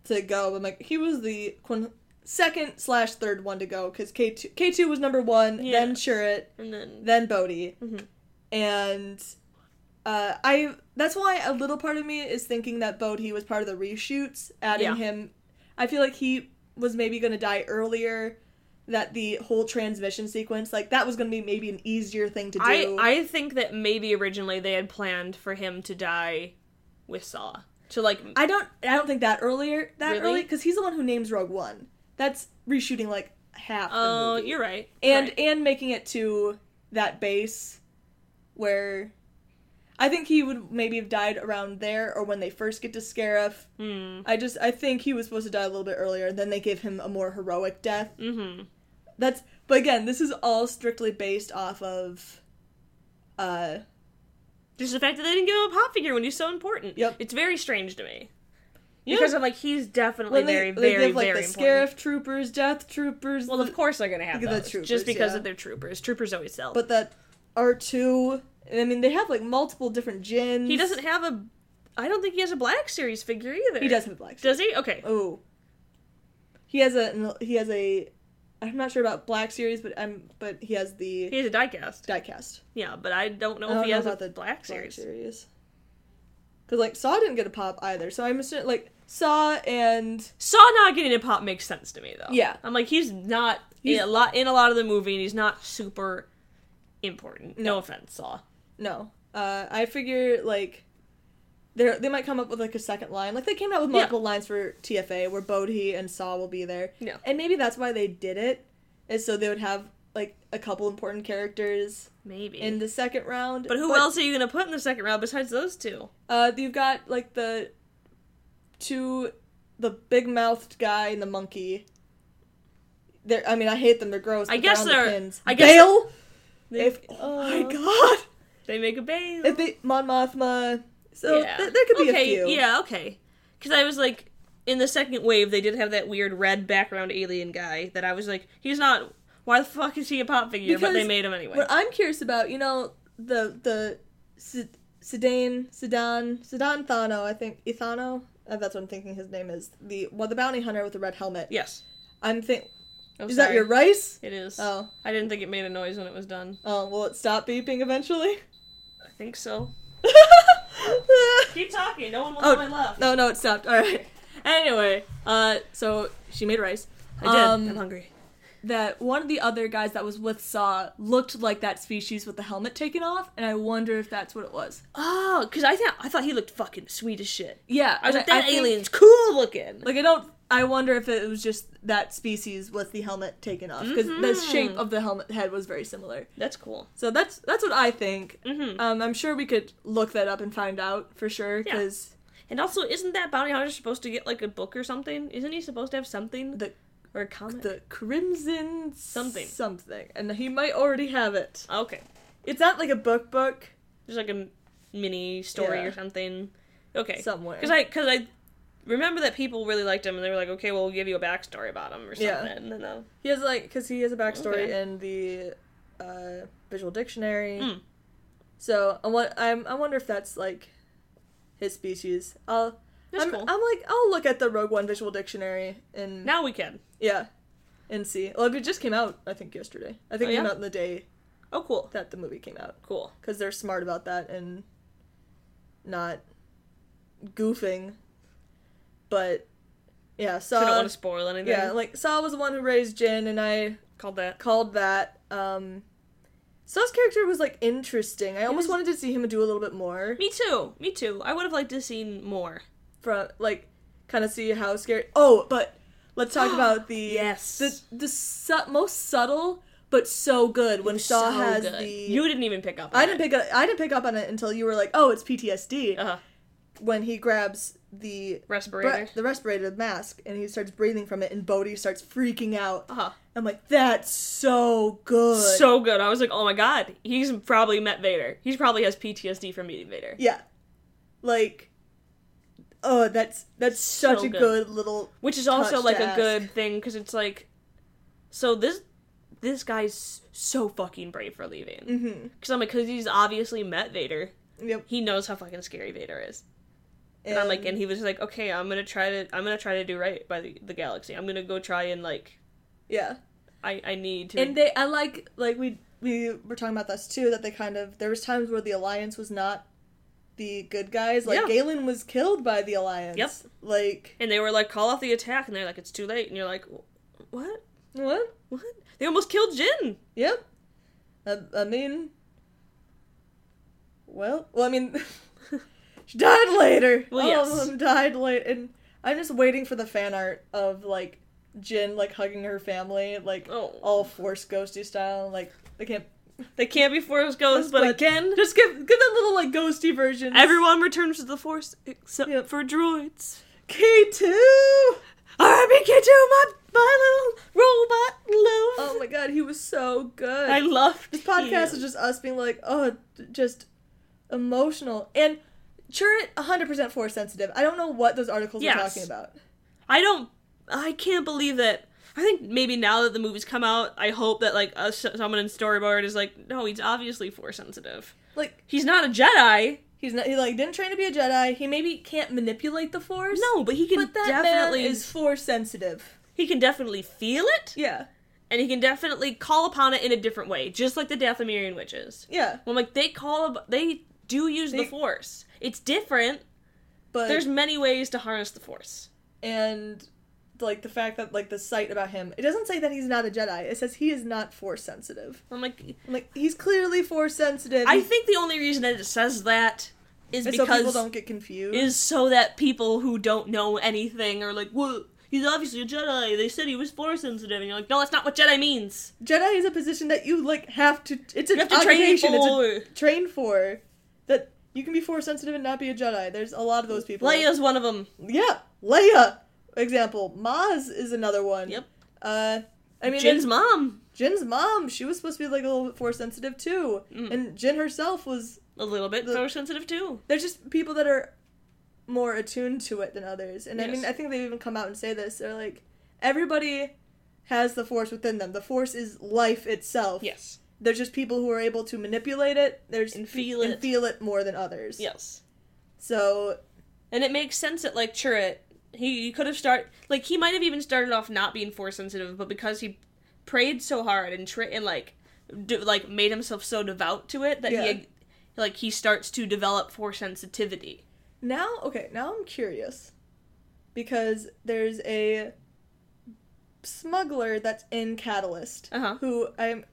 to go. I'm like, he was the quin- second slash third one to go because K two K two was number one, then
Yes.
Shurit,
and then
then Bodhi,
Mhm.
and uh, I. That's why a little part of me is thinking that Bodhi was part of the reshoots, adding
Yeah.
him. I feel like he was maybe going to die earlier. That the whole transmission sequence, like that, was going to be maybe an easier thing to do.
I I think that maybe originally they had planned for him to die with Saw to like
I don't I don't think that earlier that
Really?
early because he's the one who names Rogue One. That's reshooting like half.
oh
the movie.
you're right
and
Right.
and making it to that base where I think he would maybe have died around there or when they first get to Scarif.
Hmm.
I just I think he was supposed to die a little bit earlier. Then they gave him a more heroic death.
Mhm.
That's but again this is all strictly based off of. Uh,
just the fact that they didn't give him a pop figure when he's so important
Yep.
it's very strange to me
Yeah.
because I'm like he's definitely
when they,
very
they
very
give like
very
the
important
Scarif troopers, Death troopers,
well
the-
of course they're gonna have
Look at the
those
troopers,
just because
yeah.
of their troopers troopers always sell
but that R2, I mean, they have like multiple different gins.
he doesn't have a I don't think he has a Black Series figure either
He does have a black.
does he okay
Oh. He has a. He has a. I'm not sure about Black Series, but I'm. But he has the
he has a diecast
diecast.
yeah but I don't know
I don't
if he
know
has a
about the
Black Series
Because like Saw didn't get a pop either, so I'm assuming like Saw and
Saw not getting a pop makes sense to me though.
Yeah.
I'm like he's not
He's-
in a lot in a lot of the movie and he's not super important. No,
No.
offense, Saw.
no. Uh, I figure like. They they might come up with like a second line, like they came out with multiple lines for TFA where Bodhi and Saw will be there.
Yeah.
And maybe that's why they did it, is so they would have like a couple important characters
Maybe.
in the second round.
but who else are you gonna put in the second round besides those two?
Uh, you've got like the two, the big mouthed guy and the monkey. They're, I mean, I hate them. They're gross.
I
but
guess
they're. on the
they're-
pins.
I guess-
Bale.
They,
If oh my
Uh,
god,
they make a bail.
if they Mon Mothma. So th- there could be
okay,
a few.
Yeah, okay. Because I was like, in the second wave, they did have that weird red background alien guy that I was like, he's not. Why the fuck is he a pop figure? but they
Because
made him anyway.
What I'm curious about, you know, the the Sed- Sedan Sedan Sedan Thano, I think Ithano. Uh, that's what I'm thinking his name is. The well, the bounty hunter with the red helmet.
yes.
I'm think.
Oh,
Is that
sorry.
your rice?
It is.
Oh,
I didn't think it made a noise when it was done.
oh. Will it stop beeping eventually?
I think so.
oh
Keep talking. No one will
no, no, it stopped. All right. Anyway, uh, so she made rice.
I did.
Um,
I'm hungry.
That one of the other guys that was with Saw looked like that species with the helmet taken off, and I wonder if that's what it was.
Oh, because I thought I thought he looked fucking sweet as shit.
Yeah,
I was
and
like, that
think-
alien's cool looking.
Like I don't. I wonder if it was just that species with the helmet taken off because the
Mm-hmm.
shape of the helmet head was very similar.
That's cool.
So that's that's what I think.
Mhm.
Um, I'm sure we could look that up and find out for sure
Yeah.
because
And also, isn't that bounty hunter supposed to get like a book or something? Isn't he supposed to have something
the
or a comic?
the crimson
Something.
something, and he might already have it.
okay,
It's not like a book book
there's like a m- mini story
Yeah.
or something. Okay,
somewhere.
because I because I remember that people really liked him and they were like, okay, well, we'll give you a backstory about him or something.
Yeah.
And, uh,
he has like because he has a backstory
Okay.
in the uh, visual dictionary.
Mm.
So I want I'm I wonder if that's like his species. I'll
that's
I'm,
cool.
I'm like I'll look at the Rogue One visual dictionary and
now we can.
yeah, and see. Well, it just came out I think yesterday. I think
Oh,
it came
yeah?
out the day
Oh, cool.
that the movie came out
Cool.
because they're smart about that and not goofing. But yeah,
So I don't
Saw.
want to spoil anything.
Uh, Yeah, like Saw was the one who raised Jin, and I
called that.
called that. Um, Saw's character was like interesting. I almost
was-
wanted to see him do a little bit more
Me too. Me too. I would have liked to seen more.
from like kind of see how scary. Oh, but Let's talk about the
Yes.
the the su- most subtle but so good when Shaw
So
has
good.
the
You didn't even pick up. on
I didn't
it.
pick up I didn't pick up on it until you were like, "Oh, it's PTSD."
Uh-huh.
When he grabs the bre-
Respirator.
the respirator mask and he starts breathing from it and Bodhi starts freaking out.
Uh-huh.
I'm like, "That's so good."
So good. I was like, oh my god, he's probably met Vader. He probably has PTSD from meeting Vader.
yeah. Like Oh, that's that's such
So
a
good.
good little
which is also
touch
like
to
a
ask.
good thing because it's like so this this guy's so fucking brave for leaving
Mm.
because i'm like because he's obviously met vader
mm-hmm, yep.
he knows how fucking scary vader is and, i'm like and he was like okay i'm gonna try to i'm gonna try to do right by the, the galaxy i'm gonna go try and like
yeah.
i i need to
and they i like like we we were talking about this too that they kind of there was times where the alliance was not the good guys like
Yeah.
galen was killed by the alliance
Yep.
like
and they were like call off the attack and they're like it's too late and you're like "Wh- what
what
what they almost killed jin
yep i, I mean well well i mean she died later
Well,
all
yes.
of them died late and i'm just waiting for the fan art of like Jin like hugging her family like
Oh.
all force ghosty style like I can't
they can't be force ghosts but, again
just give give that little like ghosty version
everyone returns to the force except
Yep.
for droids
K two.
RIP K2, my, my little robot love.
Oh my god, he was so good.
I loved
this podcast
him.
is just us being like, oh, just emotional and sure, hundred percent force sensitive. I don't know what those articles are
Yes.
talking about.
I don't. I can't believe that. I think maybe now that the movie's come out, I hope that like us, someone in storyboard is like, no, he's obviously force sensitive.
Like
He's not a Jedi.
he's not, he like didn't train to be a Jedi. He maybe can't manipulate the force.
No, but he can
but that
definitely
man is force sensitive.
he can definitely feel it,
Yeah,
and he can definitely call upon it in a different way, just like the Dathomirian witches.
yeah,
Well, like they call, up, they do use the
They-
force. It's different.
but
There's many ways to harness the force.
and like the fact that like the site about him, it doesn't say that he's not a Jedi. It says he is not force sensitive.
I'm like,
I'm like he's clearly force sensitive.
I
He's
think the only reason that it says that is
And so people
because
don't get confused.
is so that people who don't know anything are like, "Well, he's obviously a Jedi. They said he was force sensitive," and you're like, "No, that's not what Jedi means."
Jedi is a position that you like have to. It's an
You have to train
occupation.
for.
It's a train for that you can be force sensitive and not be a Jedi. There's a lot of those people.
Leia's one of them.
Yeah, Leia. Example. Maz is another one.
Yep.
Uh, I mean,
Jin's
Jin's,
mom,
Jin's mom. She was supposed to be like a little bit force sensitive too,
Mm.
and Jin herself was.
a little bit
The-
force sensitive too.
There's just people that are more attuned to it than others, and I
Yes.
mean, I think they even come out and say this. They're like, everybody has the force within them. The force is life itself.
Yes.
There's just people who are able to manipulate it. There's
And feel
and
it.
feel it more than others.
Yes.
So
And it makes sense that like Chirrut, he, he could have start like he might have even started off not being force sensitive, but because he prayed so hard and tra- and like do, like made himself so devout to it that
Yeah.
he like he starts to develop force sensitivity.
now, okay, now I'm curious because there's a smuggler that's in Catalyst
Uh-huh.
who I'm.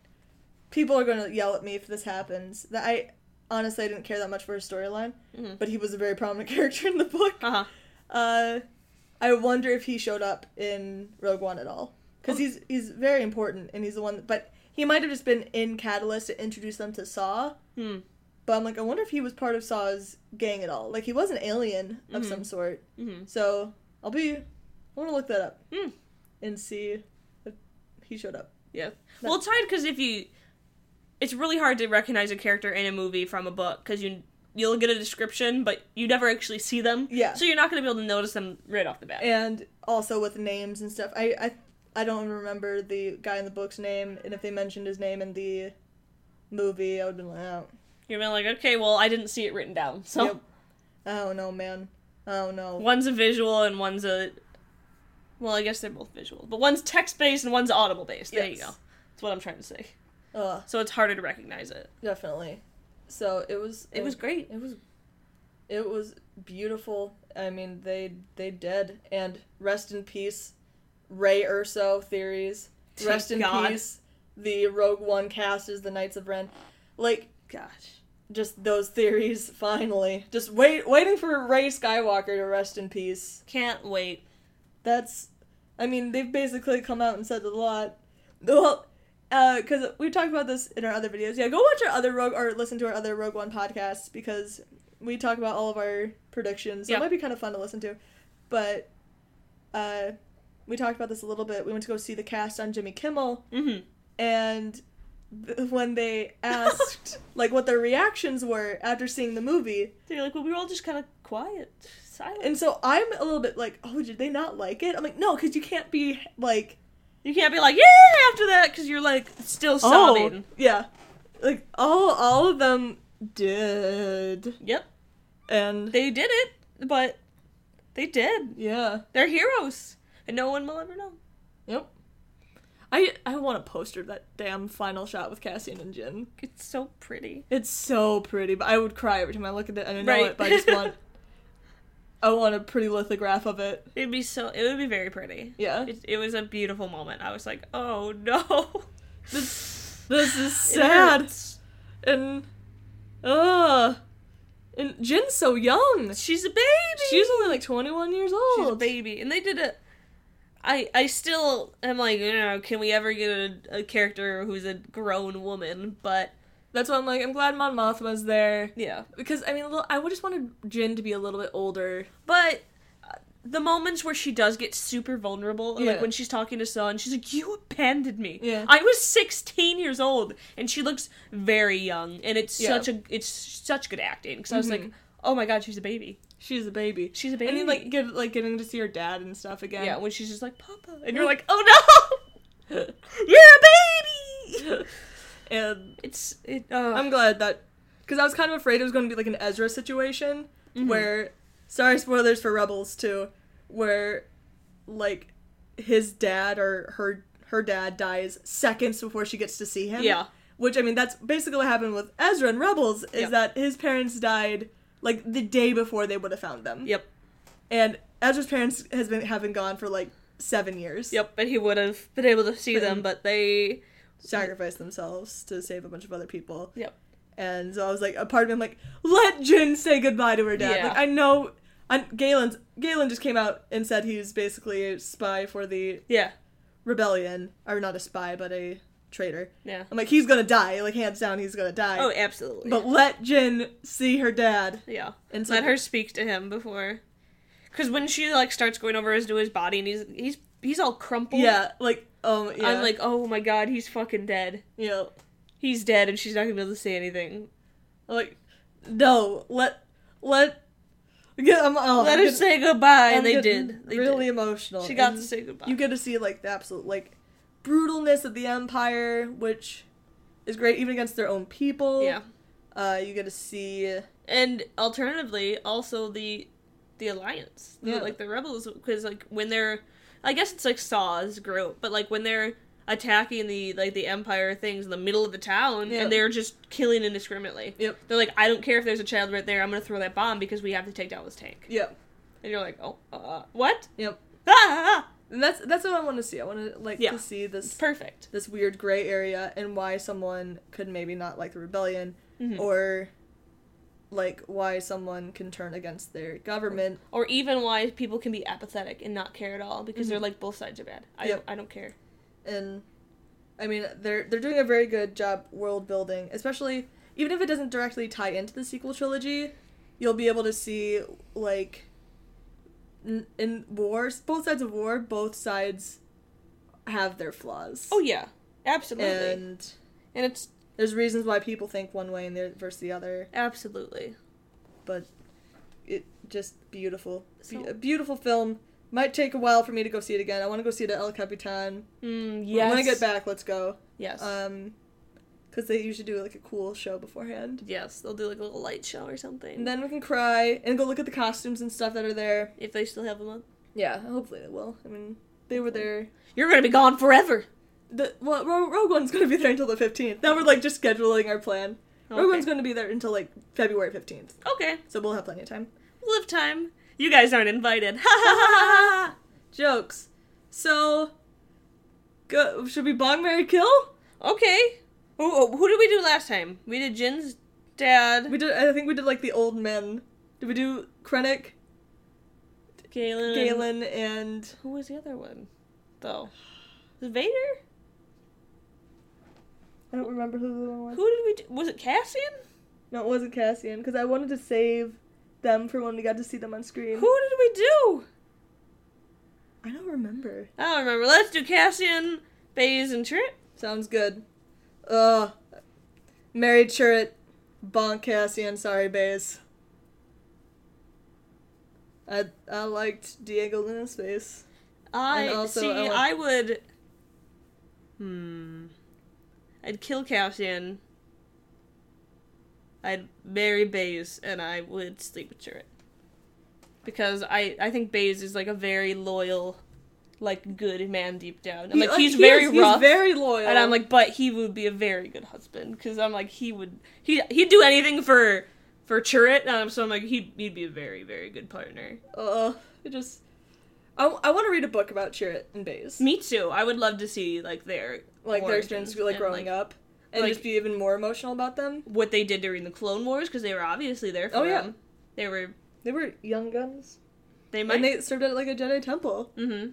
People are going to yell at me if this happens. That I honestly I didn't care that much for his storyline,
Mm-hmm.
but he was a very prominent character in the book.
Uh huh.
Uh, I wonder if he showed up in Rogue One at all
Oh.
because he's he's very important and he's the one. But he might have just been in Catalyst to introduce them to Saw.
Hmm.
But I'm like, I wonder if he was part of Saw's gang at all. Like he was an alien of
Mm-hmm.
some sort.
Mhm.
So I'll be. I want to look that up
Hmm.
and see if he showed up.
Yeah. well, it's hard because if you, it's really hard to recognize a character in a movie from a book because you you'll get a description, but you never actually see them.
Yeah.
So you're not gonna be able to notice them right off the bat.
And also with names and stuff, I I I don't remember the guy in the book's name, and if they mentioned his name in the movie, I would have been like, oh.
You're gonna be like, okay, well, I didn't see it written down, so.
Yep. Oh no, man. Oh no.
One's a visual and one's a. Well, I guess they're both visual, but one's text based and one's audible based. There you
Yes.
go. That's what I'm trying to say.
Ugh,
So it's harder to recognize it.
definitely. So it was.
It was great.
It was. It was beautiful. I mean, they they did and rest in peace, Ray Urso theories.
Thank
Rest in
God.
peace. The Rogue One cast is the Knights of Ren. Like
Gosh.
just those theories. Finally, just wait, waiting for Ray Skywalker to rest in peace.
Can't wait.
That's I mean, they've basically come out and said a lot. Well, because we talked about this in our other videos. Yeah, go watch our other Rogue or listen to our other Rogue One podcasts because we talk about all of our predictions. So
Yeah.
It might be kind of fun to listen to, but uh, we talked about this a little bit. We went to go see the cast on Jimmy Kimmel,
Mm-hmm.
and th- when they asked like what their reactions were after seeing the movie,
They're like, well, we were all just kind of quiet, silent.
and so I'm a little bit like, oh, did they not like it? I'm like, no, because you can't be like
you can't be like, yeah, after that, because you're like still sobbing.
Oh, yeah. Like all all of them did.
Yep,
And
they did it, but they did.
yeah.
They're heroes, and no one will ever know.
Yep. I I want a poster of that damn final shot with Cassian and Jin.
It's so pretty.
It's so pretty, but I would cry every time I look at it. and I know
Right.
it, but I just want I want a pretty lithograph of it.
It'd be so. It would be very pretty.
Yeah.
It, it was a beautiful moment. I was like, oh no,
This this is
It
sad.
hurts.
And uh and Jin's so young.
She's a baby.
She's only like 21 years old.
She's a baby, and they did a. I I still am like, you know, can we ever get a, a character who's a grown woman? But
That's why I'm like I'm glad Mon Mothma's there.
yeah,
Because I mean, a little, I would just wanted Jin to be a little bit older.
but uh, the moments where she does get super vulnerable,
Yeah.
like when she's talking to Son, she's like, "You abandoned me.
Yeah.
I was 16 years old, and she looks very young, and it's
Yeah.
such a it's such good acting because I was like, oh my god, she's a baby.
She's a baby.
She's a
I
baby.
mean, like get, like getting to see her dad and stuff again.
yeah, when she's just like Papa, and you're like, oh no, you're a baby.
and
It's it. Uh,
I'm glad that because I was kind of afraid it was going to be like an Ezra situation
Mm-hmm.
where, sorry, spoilers for Rebels too, where like his dad or her her dad dies seconds before she gets to see him.
Yeah.
Which I mean, that's basically what happened with Ezra and Rebels is
Yeah.
that his parents died like the day before they would have found them.
Yep.
and Ezra's parents has been have been gone for like seven years.
Yep, and he would have been able to see them,
Been-
but they.
sacrificed themselves to save a bunch of other people.
Yep.
And so I was like, a part of me, I'm like, let Jin say goodbye to her dad.
Yeah.
Like I know, I, Galen's Galen just came out and said he was basically a spy for the
Yeah.
rebellion, or not a spy, but a traitor.
Yeah.
I'm like, he's gonna die. Like hands down, he's gonna die.
Oh, absolutely.
But let Jin see her dad.
yeah.
And so
Let her speak to him before, because when she like starts going over his to his body and he's he's he's all crumpled.
Yeah, like um, yeah,
I'm like, oh my god, he's fucking dead.
you know,
He's dead, and she's not gonna be able to say anything.
I'm like, no, let let. Yeah, I'm, oh,
Let
I'm
her
getting-
say goodbye,
I'm
and they
getting
did. They
really
really.
emotional.
She got
And
to say goodbye.
You get to see like the absolute like brutalness of the empire, which is great even against their own people.
yeah.
Uh, you get to see
and alternatively also the the alliance The-
Yeah.
like the rebels because like when they're i guess it's like saw's group but like when they're attacking the like the empire things in the middle of the town
Yeah.
and they're just killing indiscriminately
Yep.
they're like i don't care if there's a child right there i'm gonna throw that bomb because we have to take down this tank
Yep.
and you're like oh uh, what
Yep.
ah, ah, ah.
And that's that's what I want to see. I want to like
Yeah.
to see this
perfect
this weird gray area and why someone could maybe not like the rebellion
Mm-hmm.
or like why someone can turn against their government.
or even why people can be apathetic and not care at all because
Mm-hmm.
they're like both sides are bad i,
Yep.
don't, I don't care
and I mean they're they're doing a very good job world building, especially even if it doesn't directly tie into the sequel trilogy, you'll be able to see like n- in wars, both sides of war, both sides have their flaws.
oh yeah absolutely and,
and
it's
there's reasons why people think one way and they're versus the other,
absolutely
but it just beautiful, Be-
So-
a beautiful film. Might take a while for me to go see it again. I want to go see it at El Capitan.
mm, yes
When I get back, let's go.
Yes.
Um, because they usually do like a cool show beforehand.
yes, they'll do like a little light show or something.
And then we can cry and go look at the costumes and stuff that are there.
if they still have them up.
Yeah, hopefully they will. I mean, they were there.
You're gonna be gone forever.
The well, Ro- Rogue One's gonna be there until the fifteenth. Now we're like just scheduling our plan. Rogue
Okay.
One's gonna be there until like February fifteenth,
Okay.
so we'll have plenty of time.
We'll have time. You guys aren't invited.
Jokes. So, go. Should we bong Mary kill?
okay. Who, oh, who did we do last time? We did Jin's dad,
We did. I think we did like the old men. Did we do Krennic,
Galen.
Galen, and
Who was the other one? though. Was Vader?
I don't remember who the other one was.
Who did we? Do? Was it Cassian?
No, it wasn't Cassian because I wanted to save them for when we got to see them on screen.
Who did we do?
I don't remember.
I don't remember. Let's do Cassian, Baze, and Trent.
Sounds good. Ugh. Married Chirrut, bonk Cassian, sorry Baze. I I liked Diego Luna's face.
I
And also,
see.
I
I,
want-
would. Hmm. I'd kill Cassian. I'd marry Baze, and I would sleep with Turret. Because I, I think Baze is like a very loyal, like good man deep down. And, like
He- uh,
he's
he
very
is-
rough.
He's very loyal.
and I'm like, but he would be a very good husband because I'm like, he would he he'd do anything for for Turret, and I'm, so I'm like, he he'd be a very very good partner.
ugh. It just. I, want to read a book about Chirrut and Baze.
Me too. I would love to see like their
like their
origins
experience like
and,
growing up and
like-
just be even more emotional about them.
what they did during the Clone Wars because they were obviously there for
Oh, yeah.
them. They were.
They were young guns.
They might.
And they served at like a Jedi temple.
mm-hmm.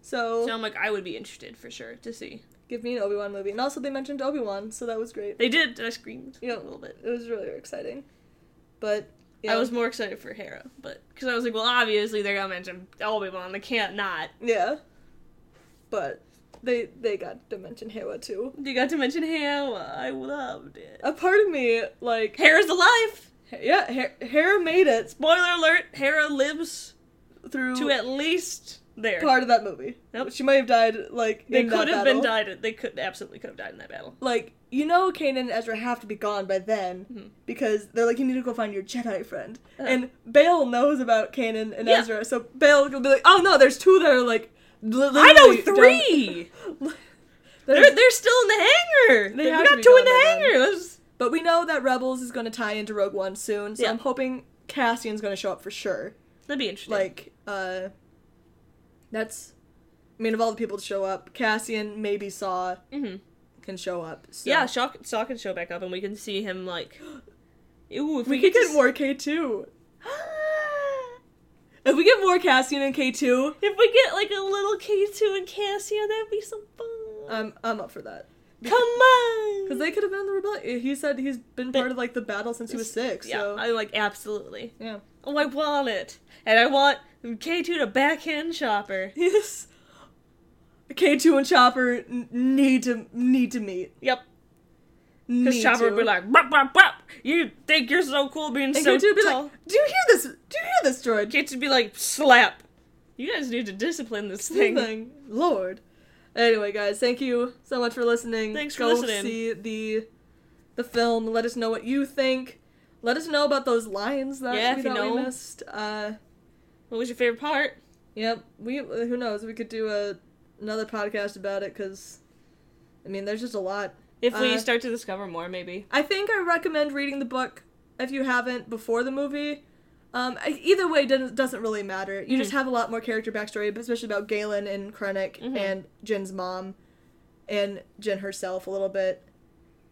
So,
So I'm like, I would be interested for sure to see.
give me an Obi Wan movie. And also they mentioned Obi Wan, so that was great.
They did. I screamed
Yeah.
a little bit.
It was really exciting. But yeah.
I was more excited for Hera, but because I was like, well, obviously they're gonna mention Obi Wan. They can't not.
Yeah. But they they got to mention Hera too.
They got to mention Hera. I loved it.
A part of me like
Hera's alive.
yeah, Her- Hera made it
Spoiler alert: Hera lives
through
to at least there.
part of that movie.
Nope.
She might have died like
they
in that
could have been
battle.
died. They could absolutely could have died in that battle.
like you know Kanan and Ezra have to be gone by then
Mhm.
because they're like you need to go find your Jedi friend.
Uh.
And Bail knows about Kanan and
Yeah.
Ezra, so Bail will be like, "Oh no, there's two that are like li-
I know
literally
three.
down-
They're,
There's-
they're still in the hangar.
They
They
have
have
to
got
be
two in
gone
the
by then.
hangar. That's-
but we know that Rebels is going to tie into Rogue One soon, so
Yeah.
I'm hoping Cassian's going to show up for sure.
That'd be interesting.
Like uh that's I mean of all the people to show up, Cassian maybe Saw
Mhm.
can show up. So.
yeah, Shaw, Saw can show back up, and we can see him like. Ooh, if
we
we,
could get
just-
more K2. If we get more Cassian and K2,
if we get like a little K two and Cassia, that'd be so fun.
I'm I'm up for that.
Come on.
Because they could have been in the rebellion. Eh, He said he's been
But-
part of like the battle since he was six.
yeah,
So
I'm like absolutely.
yeah,
Oh, I want it, and I want K two to backhand Chopper.
yes. K two and Chopper n- need to need to meet.
Yep,
Need
because Chopper
to.
would be like, bop, bop, bop. You think you're so cool being
and
so
K two would be
tall?
like, "Do you hear this? Do you hear this droid
K two be like, slap. You guys need to discipline this thing.
thing? Lord." Anyway, guys, thank you so much for listening.
Thanks for
Go
listening.
see the the film. Let us know what you think. Let us know about those lions that
Yeah,
we
if you
thought we
know.
missed. Uh,
What was your favorite part?
Yep. We who knows? We could do a another podcast about it because, I mean, there's just a lot.
If we
Uh,
start to discover more, maybe.
I think I recommend reading the book if you haven't before the movie. Um, I- either way, doesn't doesn't really matter. You just have a lot more character backstory, but especially about Galen and Krennic
Mhm.
and Jin's mom, and Jin herself a little bit.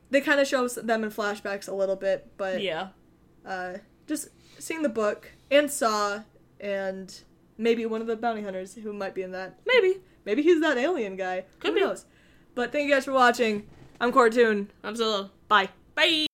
They kind of show us them in flashbacks a little bit, but
Yeah.
uh, just seeing the book and Saw and maybe one of the bounty hunters who might be in that.
Maybe.
Maybe he's that alien guy.
Could
Who
be.
knows? But thank you guys for watching. I'm Cortoon.
I'm Zilla. Bye. Bye.